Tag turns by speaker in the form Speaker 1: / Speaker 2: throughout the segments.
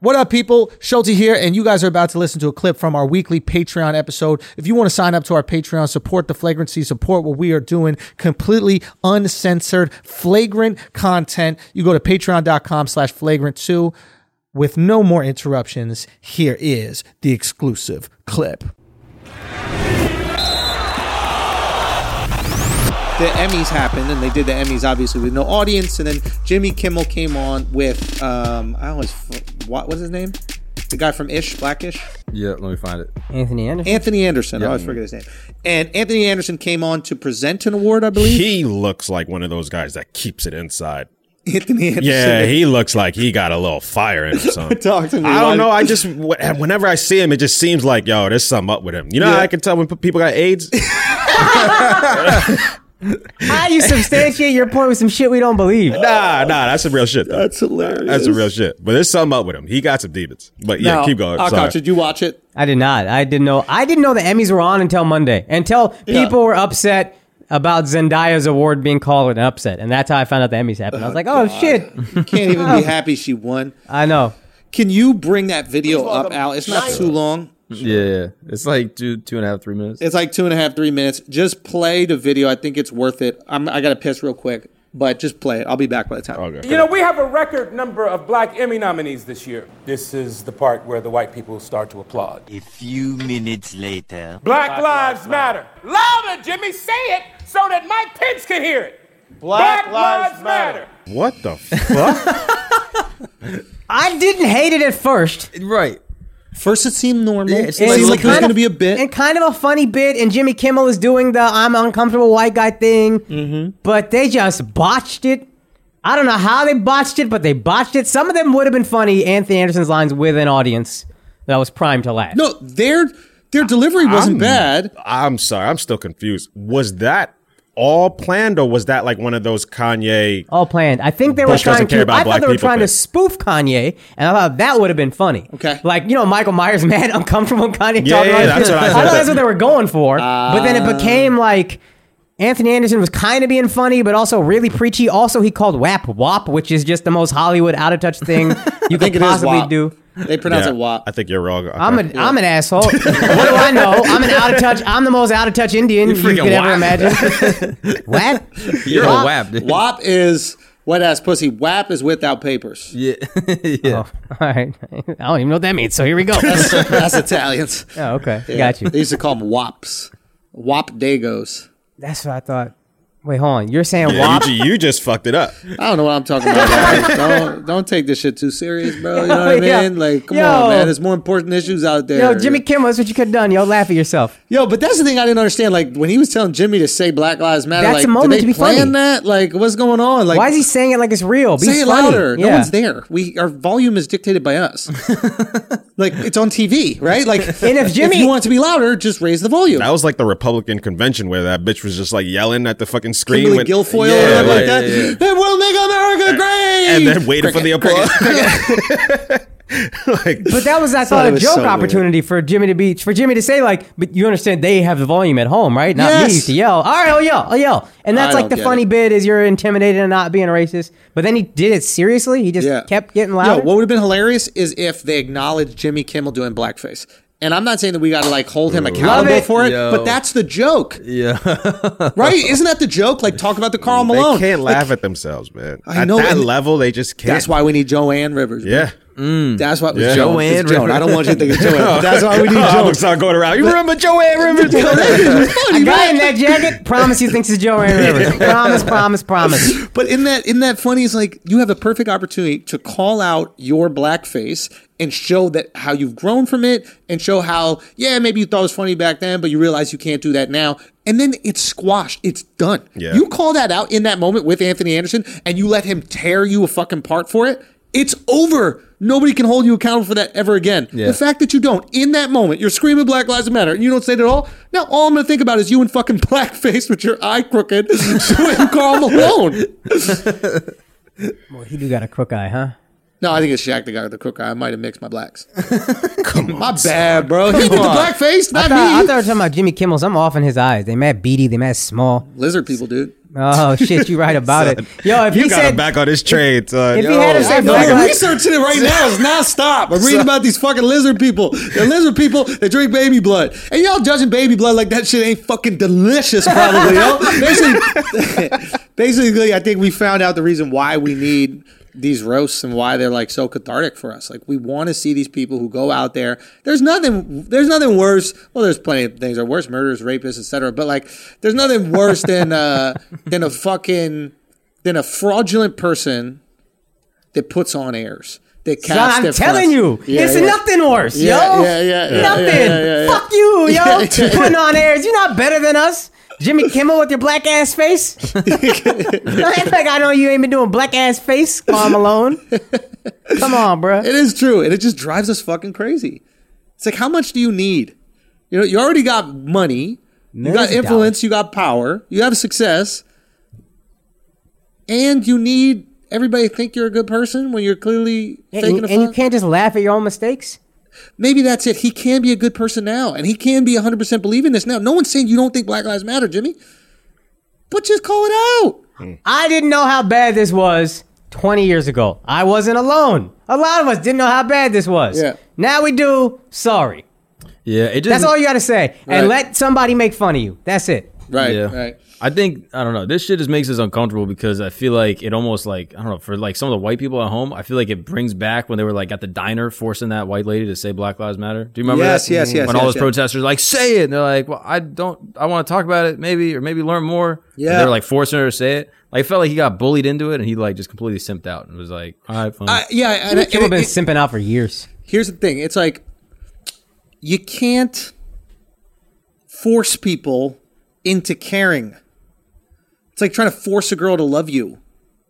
Speaker 1: What up, people? Schulte here, and you guys are about to listen to a clip from our weekly Patreon episode. If you want to sign up to our Patreon, support the flagrancy, support what we are doing, completely uncensored, flagrant content, you go to patreon.com slash flagrant two. With no more interruptions, here is the exclusive clip.
Speaker 2: the Emmys happened, and they did the Emmys obviously with no audience. And then Jimmy Kimmel came on with um, I always f- what was his name? The guy from Ish, Blackish,
Speaker 3: Yeah, let me find it.
Speaker 4: Anthony Anderson.
Speaker 2: Anthony Anderson. I always forget his name. And Anthony Anderson came on to present an award, I believe.
Speaker 5: He looks like one of those guys that keeps it inside.
Speaker 2: Anthony Anderson.
Speaker 5: Yeah, he looks like he got a little fire in him. Son.
Speaker 2: Talk to me,
Speaker 5: I
Speaker 2: Lonnie.
Speaker 5: don't know. I just wh- whenever I see him, it just seems like yo, there's something up with him. You know, how I can tell when p- people got AIDS.
Speaker 4: How you substantiate your point with some shit we don't believe?
Speaker 5: nah, nah, that's some real shit. Though.
Speaker 2: That's hilarious.
Speaker 5: That's some real shit. But there's something up with him. He got some demons. But yeah,
Speaker 2: Now,
Speaker 5: keep going.
Speaker 2: Akash,
Speaker 5: Sorry.
Speaker 2: did you watch it?
Speaker 4: I did not. I didn't know. I didn't know the Emmys were on until Monday. Until people were upset about Zendaya's award being called an upset, and that's how I found out the Emmys happened. I was like, oh shit.
Speaker 2: Can't even be happy she won.
Speaker 4: I know.
Speaker 2: Can you bring that video up, Al? It's not too long.
Speaker 3: Yeah, yeah, it's like two, two and a half, three minutes.
Speaker 2: It's like two and a half, three minutes. Just play the video. I think it's worth it. I'm, I got to piss real quick, but just play it. I'll be back by the time.
Speaker 5: Okay.
Speaker 6: You know, we have a record number of black Emmy nominees this year. This is the part where the white people start to applaud.
Speaker 7: A few minutes later.
Speaker 6: Black, Lives Matter. Louder, Jimmy, say it so that Mike Pence can hear it. Black, Lives, Matter.
Speaker 5: What the fuck?
Speaker 4: I didn't hate it at first.
Speaker 3: Right.
Speaker 2: First, it seemed normal.
Speaker 3: Yeah,
Speaker 2: it
Speaker 3: it
Speaker 2: seemed
Speaker 3: seemed
Speaker 2: like,
Speaker 3: like
Speaker 2: it was
Speaker 4: kind
Speaker 2: going to
Speaker 4: of-
Speaker 2: be a bit.
Speaker 4: and kind of a funny bit. And Jimmy Kimmel is doing the "I'm an uncomfortable white guy" thing,
Speaker 2: Mm-hmm.
Speaker 4: but they just botched it. I don't know how they botched it, but they botched it. Some of them would have been funny. Anthony Anderson's lines with an audience that was primed to laugh.
Speaker 2: No, their their delivery wasn't bad.
Speaker 5: I'm sorry. I'm still confused. Was that all planned or was that like one of those Kanye?
Speaker 4: all planned. I think they were
Speaker 5: Bush
Speaker 4: trying
Speaker 5: doesn't care
Speaker 4: to.
Speaker 5: about
Speaker 4: I thought
Speaker 5: black
Speaker 4: they were
Speaker 5: people
Speaker 4: trying to
Speaker 5: thing.
Speaker 4: spoof Kanye, and I thought that would have been funny.
Speaker 2: Okay.
Speaker 4: like you know, Michael Myers mad, uncomfortable Kanye.
Speaker 5: Yeah,
Speaker 4: talking
Speaker 5: yeah,
Speaker 4: about-
Speaker 5: that's what I
Speaker 4: I
Speaker 5: Ah. thought.
Speaker 4: thought that's what they were going for, but then it became like. Anthony Anderson was kind of being funny, but also really preachy. Also, he called WAP WAP, which is just the most Hollywood out of touch thing you could
Speaker 2: it is
Speaker 4: possibly
Speaker 2: WAP.
Speaker 4: do.
Speaker 2: They pronounce
Speaker 5: Yeah,
Speaker 2: it WAP.
Speaker 5: I think you're wrong.
Speaker 4: I'm, a,
Speaker 5: Okay.
Speaker 4: am an asshole. what do I know? I'm an out of touch. I'm the most out of touch Indian you,
Speaker 3: freaking
Speaker 4: could ever
Speaker 3: WAP.
Speaker 4: imagine. WAP?
Speaker 3: You're
Speaker 4: Wap.
Speaker 3: a wap, dude.
Speaker 2: WAP is wet ass pussy. WAP is without papers.
Speaker 3: Yeah. yeah.
Speaker 4: All right. I don't even know what that means. So here we go.
Speaker 2: That's Italians.
Speaker 4: Oh, okay. Got you.
Speaker 2: They used to call them WAPs. WAP Dagos.
Speaker 4: That's what I thought. Wait, hold on. You're saying
Speaker 5: Yeah,
Speaker 4: WAP?
Speaker 5: you, ju- you just fucked it up.
Speaker 2: I don't know what I'm talking about. guys. don't don't take this shit too serious, bro. You know what I
Speaker 4: Yeah.
Speaker 2: mean? Like, come
Speaker 4: Yo.
Speaker 2: on, man. There's more important issues out there.
Speaker 4: Yo, Jimmy Kimmel, that's what you could have done. Yo, laugh at yourself.
Speaker 2: Yo, but that's the thing I didn't understand. Like when he was telling Jimmy to say Black Lives Matter,
Speaker 4: That's
Speaker 2: like
Speaker 4: a moment
Speaker 2: did they
Speaker 4: to be
Speaker 2: plan
Speaker 4: funny.
Speaker 2: that? Like what's going on? Like
Speaker 4: Why is he saying it like it's real? Be
Speaker 2: say it
Speaker 4: funny.
Speaker 2: louder? No
Speaker 4: Yeah.
Speaker 2: one's there. We our volume is dictated by us. like it's on TV, right? Like
Speaker 4: And if Jimmy-
Speaker 2: you want it to be louder, just raise the volume.
Speaker 5: That was like the Republican convention where that bitch was just like yelling at the fucking screen.
Speaker 2: Kimberly
Speaker 5: when-
Speaker 2: Guilfoyle
Speaker 5: Yeah,
Speaker 2: or whatever like
Speaker 5: like-
Speaker 2: that.
Speaker 3: yeah, yeah.
Speaker 2: It will make America great.
Speaker 5: and then waiting for the applause.
Speaker 4: But that was, I
Speaker 2: So
Speaker 4: thought,
Speaker 2: it
Speaker 4: a
Speaker 2: was
Speaker 4: joke
Speaker 2: so weird.
Speaker 4: opportunity for Jimmy to be for Jimmy to say like, but you understand they have the volume at home, right? Not
Speaker 2: Yes.
Speaker 4: me to yell. All right, oh, I'll yell, I'll yell. And that's
Speaker 2: I
Speaker 4: like
Speaker 2: don't
Speaker 4: the
Speaker 2: get
Speaker 4: funny
Speaker 2: it.
Speaker 4: bit is you're intimidated and not being a racist. But then he did it seriously. He just
Speaker 2: Yeah.
Speaker 4: kept getting
Speaker 2: Yo,
Speaker 4: louder.
Speaker 2: what would have been hilarious is if they acknowledged Jimmy Kimmel doing blackface. And I'm not saying that we got to like hold him accountable
Speaker 4: it.
Speaker 2: for it,
Speaker 3: Yo.
Speaker 2: but that's the joke. Yeah. right? Isn't that the joke? Like talk about the Carl Malone.
Speaker 5: They can't laugh at themselves, man.
Speaker 2: I
Speaker 5: at
Speaker 2: know,
Speaker 5: that
Speaker 2: and-
Speaker 5: level, they just can't.
Speaker 2: That's why we need Joanne Rivers. bro.
Speaker 5: Yeah.
Speaker 2: That's why
Speaker 5: Yeah.
Speaker 2: Joanne.
Speaker 3: Joanne
Speaker 2: It's Joan.
Speaker 3: Rivers.
Speaker 2: I don't want you to think it's Joanne. but That's why we need
Speaker 5: I'm
Speaker 2: Joan.
Speaker 5: start going around. You remember Joanne Rivers?
Speaker 4: a guy in that jacket, promise he thinks it's Joe Aaron Rivers. promise, promise, promise.
Speaker 2: But in that in that funny is like you have a perfect opportunity to call out your blackface and show that how you've grown from it and show how yeah maybe you thought it was funny back then but you realize you can't do that now and then it's squashed it's done
Speaker 5: Yeah.
Speaker 2: you call that out in that moment with Anthony Anderson and you let him tear you a fucking part for it it's over nobody can hold you accountable for that ever again
Speaker 3: Yeah.
Speaker 2: the fact that you don't in that moment you're screaming Black Lives Matter and you don't say it at all now all I'm gonna think about is you in fucking blackface with your eye crooked doing Carl Malone.
Speaker 4: Boy, he do got a crook eye, huh?
Speaker 2: No, I think it's Shaq the guy with the crook eye. I might have mixed my blacks. Come on, my bad, bro. He did the black face,
Speaker 4: I
Speaker 2: not
Speaker 4: thought, I
Speaker 2: me.
Speaker 4: thought we were talking about Jimmy Kimmel. Something off in his eyes. They mad beady. They mad small.
Speaker 2: Lizard people, dude.
Speaker 4: Oh shit, you right about it. Yo, if
Speaker 5: you
Speaker 4: he
Speaker 5: got
Speaker 4: said
Speaker 5: him back on his uh, trade, son.
Speaker 4: if he
Speaker 5: Yo,
Speaker 4: had him say
Speaker 2: I know
Speaker 4: black
Speaker 2: you're
Speaker 4: lives-
Speaker 2: researching it right now. It's not stop. I'm reading about these fucking lizard people. They're lizard people that drink baby blood. And y'all judging baby blood like that shit ain't fucking delicious, probably, yo. Basically, basically, I think we found out the reason why we need these roasts and why they're like so cathartic for us. Like we want to see these people who go out there. There's nothing there's nothing worse. Well, there's plenty of things that are worse, murders, rapists, etc. But like there's nothing worse than uh than a fucking than a fraudulent person that puts on airs. That casts
Speaker 4: John, I'm
Speaker 2: their
Speaker 4: telling
Speaker 2: fronts.
Speaker 4: you,
Speaker 2: Yeah,
Speaker 4: it's
Speaker 2: yeah.
Speaker 4: nothing worse,
Speaker 2: Yeah,
Speaker 4: yo.
Speaker 2: yeah, yeah, yeah,
Speaker 4: nothing.
Speaker 2: yeah, yeah, yeah.
Speaker 4: Fuck you, yo.
Speaker 2: Yeah, yeah.
Speaker 4: Putting on airs, you're not better than us. Jimmy Kimmel with your black ass face. Act like I know you ain't been doing black ass face, Carl Malone. Come on, bro.
Speaker 2: It is true, and it just drives us fucking crazy. It's like, how much do you need? You know, you already got money, you got
Speaker 4: Millions of
Speaker 2: influence, you got power, you have success, and you need everybody to think you're a good person when you're clearly faking
Speaker 4: And,
Speaker 2: a
Speaker 4: and you
Speaker 2: fuck.
Speaker 4: can't just laugh at your own mistakes.
Speaker 2: Maybe that's it. He can be a good person now, and he can be 100 percent believing this now. No one's saying you don't think Black Lives Matter, Jimmy, but just call it out.
Speaker 4: I didn't know how bad this was 20 years ago. I wasn't alone. A lot of us didn't know how bad this was.
Speaker 2: Yeah.
Speaker 4: Now we do. Sorry.
Speaker 3: Yeah, it just
Speaker 4: That's all you got to say. And
Speaker 2: Right.
Speaker 4: let somebody make fun of you. That's it.
Speaker 2: Right,
Speaker 3: yeah.
Speaker 2: right.
Speaker 3: I think I don't know. This shit just makes us uncomfortable because I feel like it almost like I don't know for like some of the white people at home. I feel like it brings back when they were like at the diner forcing that white lady to say Black Lives Matter. Do you remember?
Speaker 2: Yes,
Speaker 3: that?
Speaker 2: yes, yes,
Speaker 3: When
Speaker 2: yes,
Speaker 3: all those
Speaker 2: yes.
Speaker 3: protesters like say it, and they're like, "Well, I don't. I want to talk about it, maybe, or maybe learn more."
Speaker 2: Yeah.
Speaker 3: they're like forcing her to say it. Like, it felt like he got bullied into it, and he like just completely simped out and was like, "All right, fine."
Speaker 2: Uh, yeah, and,
Speaker 4: Jimmy
Speaker 2: and
Speaker 4: Kimmel
Speaker 2: it-
Speaker 4: been
Speaker 2: it-
Speaker 4: simping out for years.
Speaker 2: here's the thing it's like you can't force people into caring it's like trying to force a girl to love you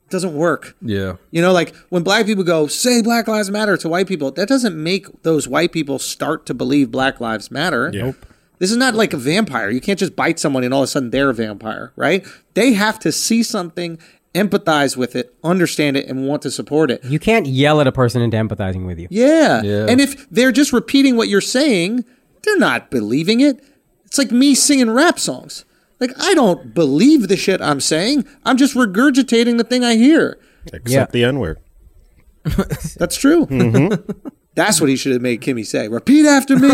Speaker 2: it doesn't work
Speaker 3: yeah,
Speaker 2: you know like when black people go say black lives matter to white people that doesn't make those white people start to believe black lives matter
Speaker 5: Nope.
Speaker 2: this is not like a vampire you can't just bite someone and all of a sudden they're a vampire right they have to see something empathize with it understand it and want to support it
Speaker 4: You can't yell at a person into empathizing with you.
Speaker 2: yeah.
Speaker 3: Yeah.
Speaker 2: And if they're just repeating what you're saying, they're not believing it. It's like me singing rap songs. Like I don't believe the shit I'm saying. I'm just regurgitating the thing I hear.
Speaker 5: Except
Speaker 4: Yeah.
Speaker 5: the N word.
Speaker 2: That's true.
Speaker 3: Mm-hmm.
Speaker 2: That's what he should have made Kimmy say. Repeat after me.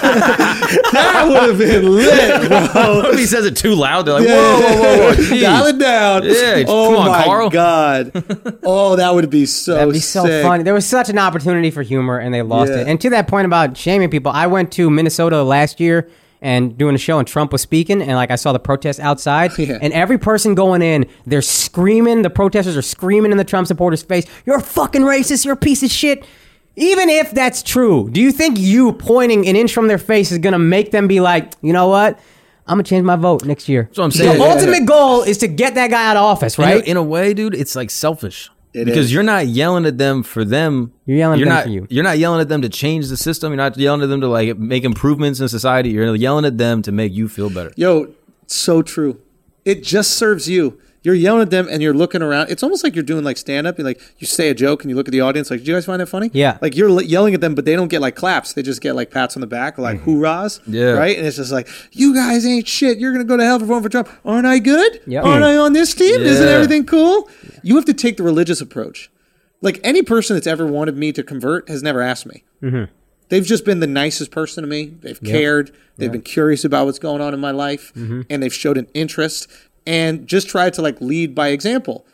Speaker 2: that would have been lit. Bro.
Speaker 3: what if he says it too loud? They're like, "Whoa, whoa, whoa, whoa!" geez."
Speaker 2: Dial it down.
Speaker 3: Yeah,
Speaker 2: oh
Speaker 3: come on,
Speaker 2: my
Speaker 3: Carl.
Speaker 2: god. Oh, that would be so.
Speaker 4: That'd be so
Speaker 2: sick.
Speaker 4: funny. There was such an opportunity for humor, and they lost
Speaker 2: Yeah.
Speaker 4: it. And to that point about shaming people, I went to Minnesota last year and doing a show, and Trump was speaking, and like I saw the protest outside,
Speaker 2: Yeah.
Speaker 4: and every person going in, they're screaming. The protesters are screaming in the Trump supporters' face, "You're a fucking racist. You're a piece of shit." Even if that's true, do you think you pointing an inch from their face is gonna make them be like, you know what? I'm gonna change my vote next year.
Speaker 3: That's what I'm
Speaker 4: The
Speaker 3: saying.
Speaker 4: ultimate goal is to get that guy out of office,
Speaker 3: In a-
Speaker 4: right?
Speaker 3: In a, way, dude, it's like selfish.
Speaker 2: It
Speaker 3: because
Speaker 2: is.
Speaker 3: you're not yelling at them for them.
Speaker 4: You're yelling at them
Speaker 3: not,
Speaker 4: for you.
Speaker 3: You're not yelling at them to change the system. You're not yelling at them to like make improvements in society. You're yelling at them to make you feel better.
Speaker 2: Yo, so true. It just serves you. You're yelling at them and you're looking around. It's almost like you're doing like stand up. You like you say a joke and you look at the audience like, "Did you guys find that funny?"
Speaker 4: Yeah.
Speaker 2: Like you're li- yelling at them, but they don't get like claps. They just get like pats on the back, like hoorahs.
Speaker 3: Mm-hmm. Yeah.
Speaker 2: Right. And it's just like, "You guys ain't shit. You're gonna go to hell for voting for Trump. Aren't I good?
Speaker 4: Yep.
Speaker 2: Aren't I on this team? Isn't
Speaker 3: Yeah.
Speaker 2: everything cool?" You have to take the religious approach. Like any person that's ever wanted me to convert has never asked me. They've just been the nicest person to me. They've cared. They've been curious about what's going on in my life, and they've showed an interest and just tried to like lead by example.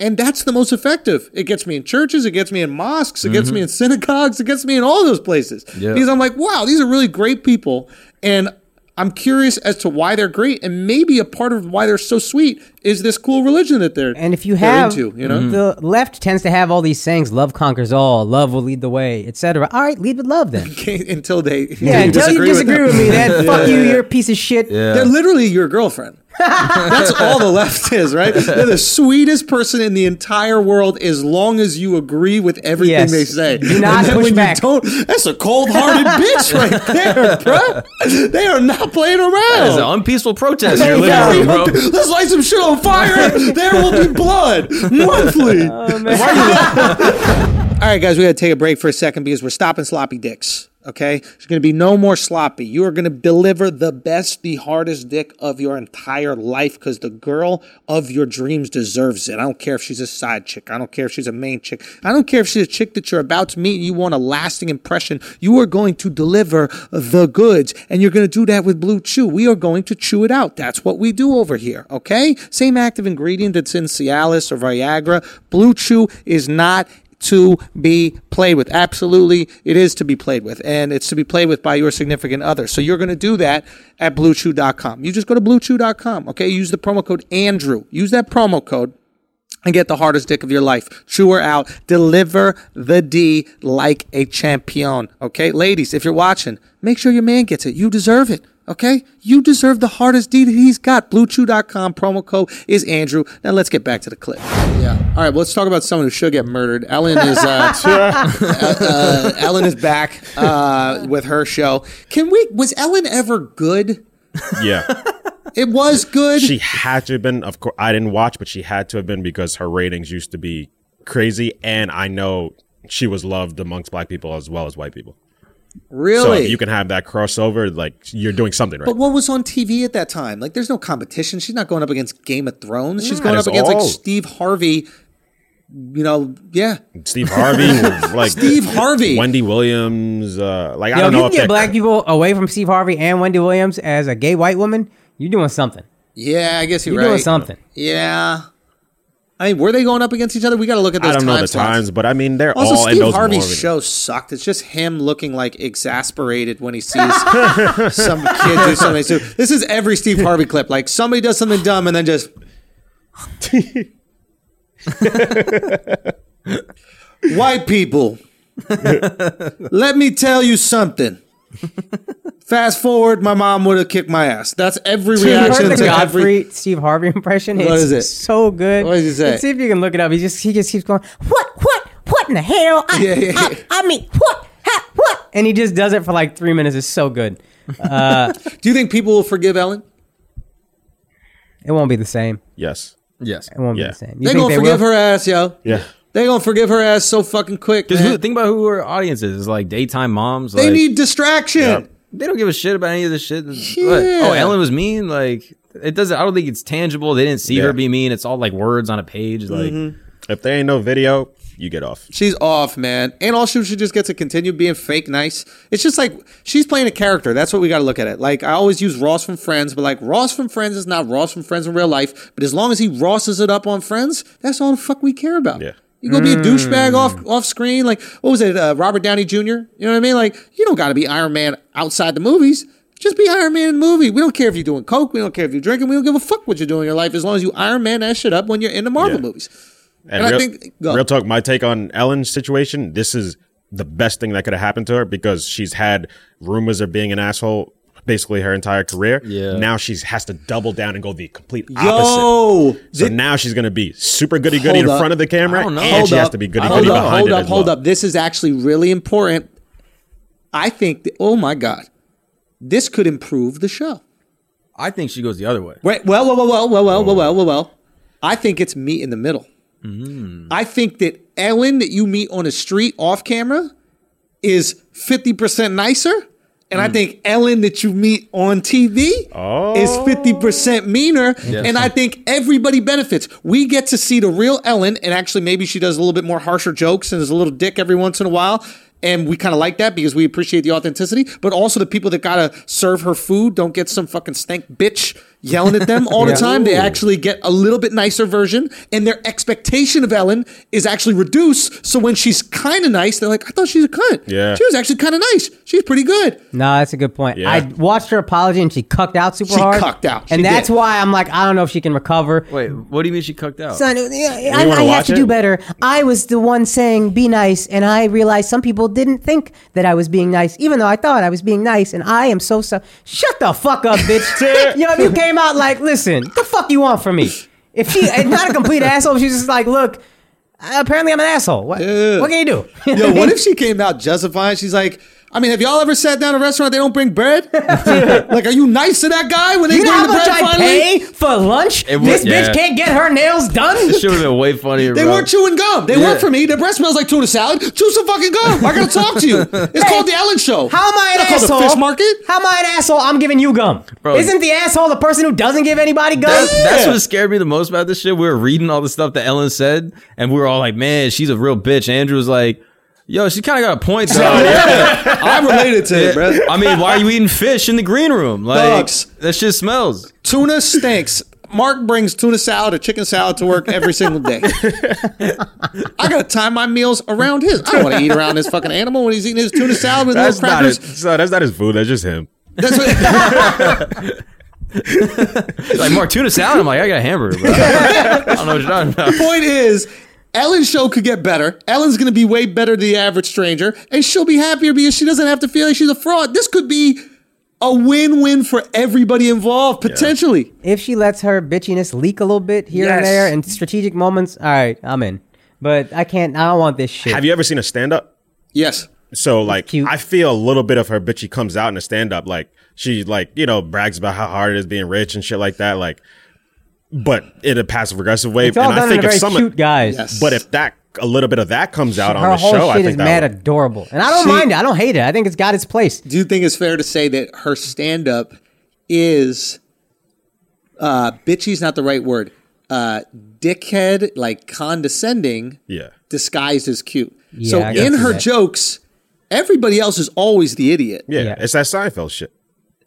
Speaker 2: And that's the most effective. It gets me in churches. It gets me in mosques. It gets me in synagogues. It gets me in all those places.
Speaker 3: Yeah.
Speaker 2: Because I'm like, wow, these are really great people, and I'm curious as to why they're great, and maybe a part of why they're so sweet is this cool religion that they're
Speaker 4: And if you
Speaker 2: they're
Speaker 4: have,
Speaker 2: into, you know.
Speaker 4: the left tends to have all these sayings: "Love conquers all," "Love will lead the way," etc. All right, lead with love then.
Speaker 2: Until they
Speaker 4: Yeah, until you disagree with,
Speaker 2: them.
Speaker 4: me, then fuck you, you're a piece of shit.
Speaker 2: They're literally your girlfriend. That's all the left is, right? They're the sweetest person in the entire world as long as you agree with everything
Speaker 4: Yes.
Speaker 2: they say.
Speaker 4: Do not
Speaker 2: and then
Speaker 4: push
Speaker 2: when
Speaker 4: back.
Speaker 2: you don't, that's a cold-hearted bitch right there, bro. They are not playing
Speaker 3: It's an
Speaker 2: around.
Speaker 3: unpeaceful protest. You're
Speaker 2: Yeah,
Speaker 3: living
Speaker 2: we-
Speaker 3: room, bro.
Speaker 2: Let's light some shit on fire. There will be blood monthly.
Speaker 4: Oh,
Speaker 2: All right, guys, we got to take a break for a second because we're stopping sloppy dicks. Okay, there's going to be no more sloppy. You are going to deliver the best, the hardest dick of your entire life because the girl of your dreams deserves it. I don't care if she's a side chick. I don't care if she's a main chick. I don't care if she's a chick that you're about to meet and you want a lasting impression. You are going to deliver the goods and you're going to do that with Blue Chew. We are going to chew it out. That's what we do over here. Okay, same active ingredient that's in Cialis or Viagra. Blue Chew is not to be played with. Absolutely, it is to be played with, and it's to be played with by your significant other. So you're going to do that at BlueChew.com. You just go to BlueChew.com. Okay, use the promo code Andrew. Use that promo code and get the hardest dick of your life. Chew her out. Deliver the D like a champion. Okay, ladies, if you're watching, make sure your man gets it. You deserve it. Okay, you deserve the hardest D that he's got. BlueChew.com promo code is Andrew. Now let's get back to the clip. Yeah. All right. Well, let's talk about someone who should get murdered. Ellen is uh, uh, Ellen is back uh, with her show. Can we? Was Ellen ever good?
Speaker 5: Yeah.
Speaker 2: It was good.
Speaker 5: she had to have been of course i didn't watch but she had to have been because her ratings used to be crazy and i know she was loved amongst black people as well as white people so
Speaker 2: really?
Speaker 5: if you can have that crossover like you're doing something right
Speaker 2: But what was on TV at that time? Like, there's no competition. She's not going up against Game of Thrones. She's going
Speaker 5: That
Speaker 2: up
Speaker 5: is
Speaker 2: against like
Speaker 5: all.
Speaker 2: Steve Harvey. You know, yeah,
Speaker 5: steve harvey was like
Speaker 2: Steve Harvey.
Speaker 5: wendy williams uh like i
Speaker 4: Yo, if
Speaker 5: don't know
Speaker 4: you
Speaker 5: if
Speaker 4: can get
Speaker 5: that-
Speaker 4: black people away from Steve Harvey and Wendy Williams as a gay white woman, you're doing something.
Speaker 2: yeah. I guess you're,
Speaker 4: You're
Speaker 2: right.
Speaker 4: doing something.
Speaker 2: Yeah. I mean, were they going up against each other? We got to look at
Speaker 5: i
Speaker 2: those.
Speaker 5: don't know
Speaker 2: time
Speaker 5: the
Speaker 2: slots.
Speaker 5: times but i mean they're
Speaker 2: Also,
Speaker 5: all in
Speaker 2: Steve
Speaker 5: those
Speaker 2: Harvey's
Speaker 5: Marvin-
Speaker 2: show sucked. It's just him looking like exasperated when he sees some kid do something. So this is every Steve Harvey clip. Like somebody does something dumb and then just. White people, let me tell you something. Fast forward, my mom would have kicked my ass. That's every
Speaker 4: You
Speaker 2: reaction
Speaker 4: heard the
Speaker 2: to every.
Speaker 4: Godfrey Steve Harvey impression?
Speaker 2: What
Speaker 4: it's
Speaker 2: is it?
Speaker 4: So good.
Speaker 2: What does he say?
Speaker 4: Let's see if you can look it up. He just he just keeps going. What? What? What in the hell? I,
Speaker 2: Yeah, yeah, yeah.
Speaker 4: I, I mean, what? Ha, what? And he just does it for like three minutes. It's so good.
Speaker 2: Do you think people will forgive Ellen?
Speaker 4: It won't be the same.
Speaker 5: yes
Speaker 3: Yes.
Speaker 4: It won't
Speaker 5: Yeah.
Speaker 4: be the same.
Speaker 2: They
Speaker 4: You think
Speaker 2: gonna
Speaker 4: they
Speaker 2: forgive
Speaker 4: will?
Speaker 2: her ass, yo.
Speaker 5: yeah
Speaker 2: They gonna forgive her ass so fucking quick.
Speaker 3: Because
Speaker 2: man.
Speaker 3: think about who our audience is. It's like daytime moms.
Speaker 2: They
Speaker 3: like,
Speaker 2: need distraction.
Speaker 3: They don't give a shit about any of this shit. What?
Speaker 2: Yeah.
Speaker 3: Oh, Ellen was mean. Like it doesn't. I don't think it's tangible. They didn't see
Speaker 5: Yeah.
Speaker 3: her be mean. It's all like words on a page. Like
Speaker 2: Mm-hmm.
Speaker 5: if there ain't no video you get off
Speaker 2: She's off, man. And also, she just gets to continue being fake nice. It's just like she's playing a character. That's what we got to look at it. Like, I always use Ross from Friends, but like, Ross from Friends is not Ross from Friends in real life. But as long as he Rosses it up on Friends, that's all the fuck we care about.
Speaker 5: Yeah.
Speaker 2: You gonna be a douchebag off off screen, like what was it, uh, Robert Downey Jr. You know what I mean? Like you don't got to be Iron Man outside the movies. Just be Iron Man in the movie. We don't care if you're doing coke. We don't care if you're drinking. We don't give a fuck what you're doing in your life as long as you Iron Man that shit up when you're in the Marvel
Speaker 5: Yeah.
Speaker 2: movies.
Speaker 5: And,
Speaker 2: And I
Speaker 5: real,
Speaker 2: think- go.
Speaker 5: real talk, my take on Ellen's situation, this is the best thing that could have happened to her because she's had rumors of being an asshole basically her entire career.
Speaker 3: Yeah.
Speaker 5: Now she's has to double down and go the complete opposite.
Speaker 2: Yo,
Speaker 5: so now she's gonna be super goody goody in
Speaker 2: Hold up.
Speaker 5: front of the camera,
Speaker 3: I don't know.
Speaker 5: and she has to be goody
Speaker 2: hold
Speaker 5: goody
Speaker 2: up,
Speaker 5: behind
Speaker 2: hold
Speaker 5: it
Speaker 2: up,
Speaker 5: as
Speaker 2: hold
Speaker 5: well.
Speaker 2: up. This is actually really important. I think. That, oh my god, this could improve the show.
Speaker 3: I think she goes the other way.
Speaker 2: Right? Well, well, well, well, well, well, well, well, well, well. I think it's meet in the middle.
Speaker 5: Mm.
Speaker 2: I think that Ellen that you meet on a street off camera is fifty percent nicer. And I think Ellen that you meet on TV is 50% meaner. And I think everybody benefits. We get to see the real Ellen, and actually, maybe she does a little bit more harsher jokes and is a little dick every once in a while. And we kind of like that because we appreciate the authenticity, but also the people that gotta serve her food don't get some fucking stank bitch yelling at them all the time. They actually get a little bit nicer version, and their expectation of Ellen is actually reduced. So when she's kind of nice, they're like, "I thought she's a cunt.
Speaker 5: Yeah.
Speaker 2: she was actually kind of nice. She's pretty good."
Speaker 4: No, that's a good point.
Speaker 5: Yeah.
Speaker 4: I watched her apology and she cucked out super
Speaker 2: She
Speaker 4: hard.
Speaker 2: cucked out. She
Speaker 4: and that's
Speaker 2: did.
Speaker 4: why I'm like, I don't know if she can recover.
Speaker 3: Wait, what do you mean she cucked out?
Speaker 4: Son, I, I,
Speaker 5: wanna
Speaker 4: I have
Speaker 5: watch
Speaker 4: to
Speaker 5: it?
Speaker 4: do better. I was the one saying be nice, and I realized some people didn't think that I was being nice, even though I thought I was being nice. And I am so so. Shut the fuck up, bitch. you know, if you came out like, listen, the fuck you want from me? If she, it's not a complete asshole. She's just like, look, apparently I'm an asshole. What? What can you do?
Speaker 2: Yo, what if she came out justifying? She's like, I mean, have y'all ever sat down at a restaurant they don't bring bread? like, are you nice to that guy when they
Speaker 4: You know
Speaker 2: bring
Speaker 4: how
Speaker 2: the
Speaker 4: much
Speaker 2: bread
Speaker 4: I
Speaker 2: finally?
Speaker 4: pay for lunch?
Speaker 3: It was-
Speaker 4: this
Speaker 3: yeah.
Speaker 4: bitch can't get her nails done.
Speaker 3: This should have been way funnier.
Speaker 2: They
Speaker 3: bro.
Speaker 2: weren't chewing gum. They
Speaker 3: Yeah.
Speaker 2: work for me. Their breath smells like tuna salad. Chew some fucking gum. I gotta talk to you. It's called the Ellen Show.
Speaker 4: How am I an
Speaker 2: Not called
Speaker 4: asshole?
Speaker 2: The fish market.
Speaker 4: How am I an asshole? I'm giving you gum.
Speaker 3: Bro.
Speaker 4: Isn't the asshole the person who doesn't give anybody gum?
Speaker 3: That's, that's what scared me the most about this shit. We were reading all the stuff that Ellen said, and we were all like, "Man, she's a real bitch." Andrew was like, "Yo, she kind of got a point." Though.
Speaker 2: I'm related to it, bro.
Speaker 3: I mean, why are you eating fish in the green room? Like
Speaker 2: Dogs.
Speaker 3: that shit smells.
Speaker 2: Tuna stinks. Mark brings tuna salad or chicken salad to work every single day. I gotta time my meals around his. I don't want to eat around this fucking animal when he's eating his tuna salad with
Speaker 5: That's
Speaker 2: little
Speaker 5: not his,
Speaker 2: crackers.
Speaker 5: so that's not his food. That's just him.
Speaker 2: That's what,
Speaker 3: Like Mark tuna salad. I'm like, I got a hamburger. Bro. I don't know what you're talking about.
Speaker 2: point is, Ellen's show could get better. Ellen's gonna be way better than the average stranger, and she'll be happier because she doesn't have to feel like she's a fraud. This could be a win-win for everybody involved, potentially.
Speaker 4: if she lets her bitchiness leak a little bit here and
Speaker 2: Yes.
Speaker 4: there in strategic moments, all right, I'm in. But I can't. I don't want this shit.
Speaker 5: Have you ever seen a stand up?
Speaker 2: Yes.
Speaker 5: So like
Speaker 4: Cute.
Speaker 5: I feel a little bit of her bitchy comes out in a stand up like she like you know brags about how hard it is being rich and shit like that like but in a passive aggressive way
Speaker 4: it's all
Speaker 5: and
Speaker 4: done
Speaker 5: I think
Speaker 4: in a very
Speaker 5: if some
Speaker 4: cute guys.
Speaker 2: Yes.
Speaker 5: but if that a little bit of that comes out on
Speaker 4: Her
Speaker 5: the
Speaker 4: whole
Speaker 5: show I
Speaker 4: shit
Speaker 5: think
Speaker 4: is
Speaker 5: that
Speaker 4: mad
Speaker 5: would-
Speaker 4: adorable, and I don't
Speaker 2: See-
Speaker 4: mind it. I don't hate it. I think it's got its place.
Speaker 2: Do you think it's fair to say that her stand up is uh bitchy's not the right word. Uh dickhead, like condescending,
Speaker 5: yeah
Speaker 2: disguised as cute.
Speaker 4: Yeah, I
Speaker 2: so
Speaker 4: can
Speaker 2: in
Speaker 4: see
Speaker 2: her
Speaker 4: that.
Speaker 2: jokes, everybody else is always the idiot.
Speaker 5: yeah
Speaker 4: Yeah.
Speaker 5: it's that Seinfeld shit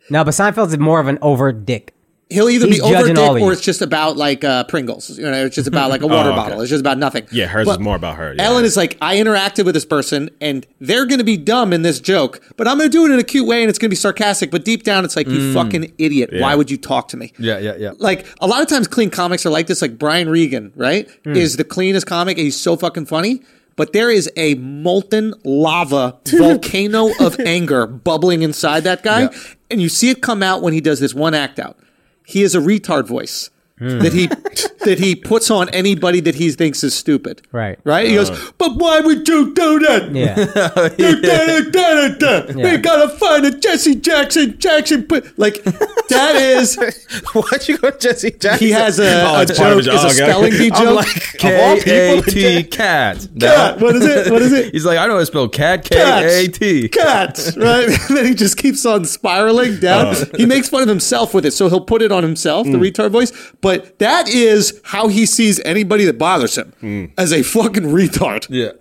Speaker 4: No, but Seinfeld's more of an over dick.
Speaker 2: He'll either
Speaker 4: He's
Speaker 2: be over
Speaker 4: judging
Speaker 2: dick
Speaker 4: all of you.
Speaker 2: or it's just about like uh Pringles. You know, it's just about like a water
Speaker 5: Oh, okay.
Speaker 2: bottle. It's just about nothing.
Speaker 5: yeah hers
Speaker 2: But
Speaker 5: is more about her yeah.
Speaker 2: Ellen is like, I interacted with this person and they're going to be dumb in this joke, but I'm going to do it in a cute way and it's going to be sarcastic. But deep down, it's like,
Speaker 5: Mm.
Speaker 2: you fucking idiot. Why would you talk to me?
Speaker 3: Yeah, yeah, yeah.
Speaker 2: Like, a lot of times clean comics are like this. Like, Brian Regan, right?
Speaker 4: Hmm.
Speaker 2: Is the cleanest comic and he's so fucking funny. But there is a molten lava volcano of anger bubbling inside that guy. And you see it come out when he does this one act out. He is a retard voice.
Speaker 4: Hmm.
Speaker 2: That he that he puts on anybody that he thinks is stupid.
Speaker 4: Right. Uh.
Speaker 2: Right? He goes, But why would you do that?
Speaker 4: Yeah,
Speaker 2: Da, da, da, da, da. We gotta find a Jesse Jackson Jackson put like that is
Speaker 5: why'd you go Jesse Jackson
Speaker 2: he has a, a
Speaker 5: it's part
Speaker 2: joke
Speaker 5: of
Speaker 2: is
Speaker 5: his-
Speaker 2: a
Speaker 5: okay.
Speaker 2: spelling bee
Speaker 5: I'm
Speaker 2: joke.
Speaker 5: like,
Speaker 3: K A T cat.
Speaker 2: Cat. What is it? What is it?
Speaker 3: He's like, I know how to spell cat. K
Speaker 2: Cats.
Speaker 3: A T.
Speaker 2: Cats, right? and then he just keeps on spiraling down. He makes fun of himself with it, so he'll put it on himself, the retard voice. But that is how he sees anybody that bothers him as a fucking retard,
Speaker 3: Yeah.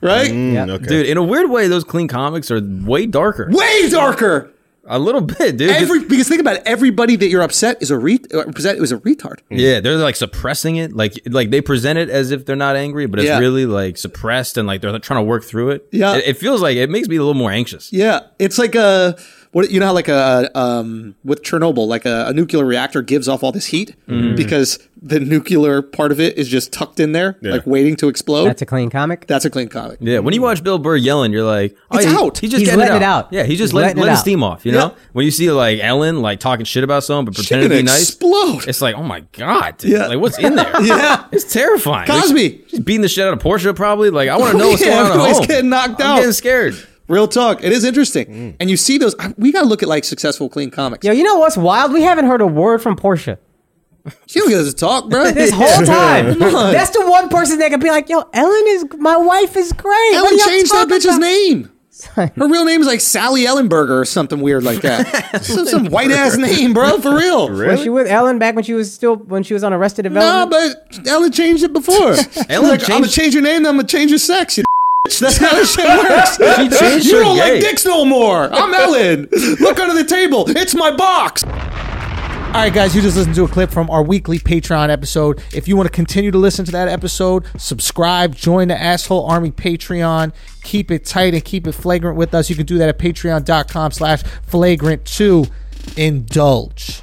Speaker 2: right?
Speaker 5: Mm, okay.
Speaker 3: Dude, in a weird way, those clean comics are way darker.
Speaker 2: Way darker.
Speaker 3: A little bit, dude.
Speaker 2: Every because think about it, everybody that you're upset is a re- uh, upset is a retard.
Speaker 3: Yeah, they're like suppressing it. Like like they present it as if they're not angry, but it's
Speaker 2: Yeah.
Speaker 3: really like suppressed and like they're trying to work through it.
Speaker 2: Yeah.
Speaker 3: It, it feels like it makes me a little more anxious.
Speaker 2: Yeah, it's like a what you know, how like a um, with Chernobyl, like a, a nuclear reactor gives off all this heat
Speaker 3: Mm-hmm.
Speaker 2: because the nuclear part of it is just tucked in there, like waiting to explode.
Speaker 4: that's a clean comic.
Speaker 2: That's a clean comic.
Speaker 3: Yeah. When you watch Bill Burr yelling, you're like, oh,
Speaker 2: It's
Speaker 3: he-
Speaker 2: out.
Speaker 3: He's just
Speaker 4: He's
Speaker 3: getting
Speaker 4: letting it out.
Speaker 3: Yeah, he's just
Speaker 4: He's
Speaker 3: letting,
Speaker 4: letting it
Speaker 3: letting
Speaker 4: out.
Speaker 3: steam off, you know? When you see like Ellen like talking shit about someone but
Speaker 2: She
Speaker 3: pretending
Speaker 2: can
Speaker 3: to be nice.
Speaker 2: explode.
Speaker 3: It's like, oh my god, dude.
Speaker 2: Yeah.
Speaker 3: Like what's in there?
Speaker 2: Yeah.
Speaker 3: It's terrifying. Like,
Speaker 2: Cosby.
Speaker 3: she's beating the shit out of Portia probably. Like I want to know what's
Speaker 2: Yeah,
Speaker 3: going on. at
Speaker 2: everybody's
Speaker 3: home.
Speaker 2: getting knocked
Speaker 3: I'm
Speaker 2: out.
Speaker 3: getting scared.
Speaker 2: Real talk, it is interesting,
Speaker 3: Mm.
Speaker 2: and you see those. I- We gotta look at like successful clean comics.
Speaker 4: Yo, you know what's wild? We haven't heard a word from Portia
Speaker 2: She don't give us a talk, bro.
Speaker 4: this whole time.
Speaker 2: Come on.
Speaker 4: That's the one person that could be like, "Yo, Ellen is my wife is great." What
Speaker 2: Ellen
Speaker 4: are y'all
Speaker 2: changed that
Speaker 4: talking
Speaker 2: bitch's name. Her real name is like Sally Ellenberger or something weird like that. some some white ass name, bro, for real.
Speaker 4: Was she with Ellen back when she was still when she was on Arrested
Speaker 2: No,
Speaker 4: Development?
Speaker 2: but Ellen changed it before.
Speaker 3: Ellen
Speaker 2: Ellen like, I'm gonna
Speaker 3: changed-
Speaker 2: change your name. I'm gonna change your sex. You bitch. That's how this shit works.
Speaker 3: changed
Speaker 2: you
Speaker 3: her
Speaker 2: don't like
Speaker 3: gay.
Speaker 2: dicks no more. I'm Ellen. Look under the table. It's my box.
Speaker 1: All right, guys, you just listened to a clip from our weekly Patreon episode. If you want to continue to listen to that episode, subscribe, join the Asshole Army Patreon. Keep it tight and keep it flagrant with us. You can do that at patreon.com slash flagrant to indulge.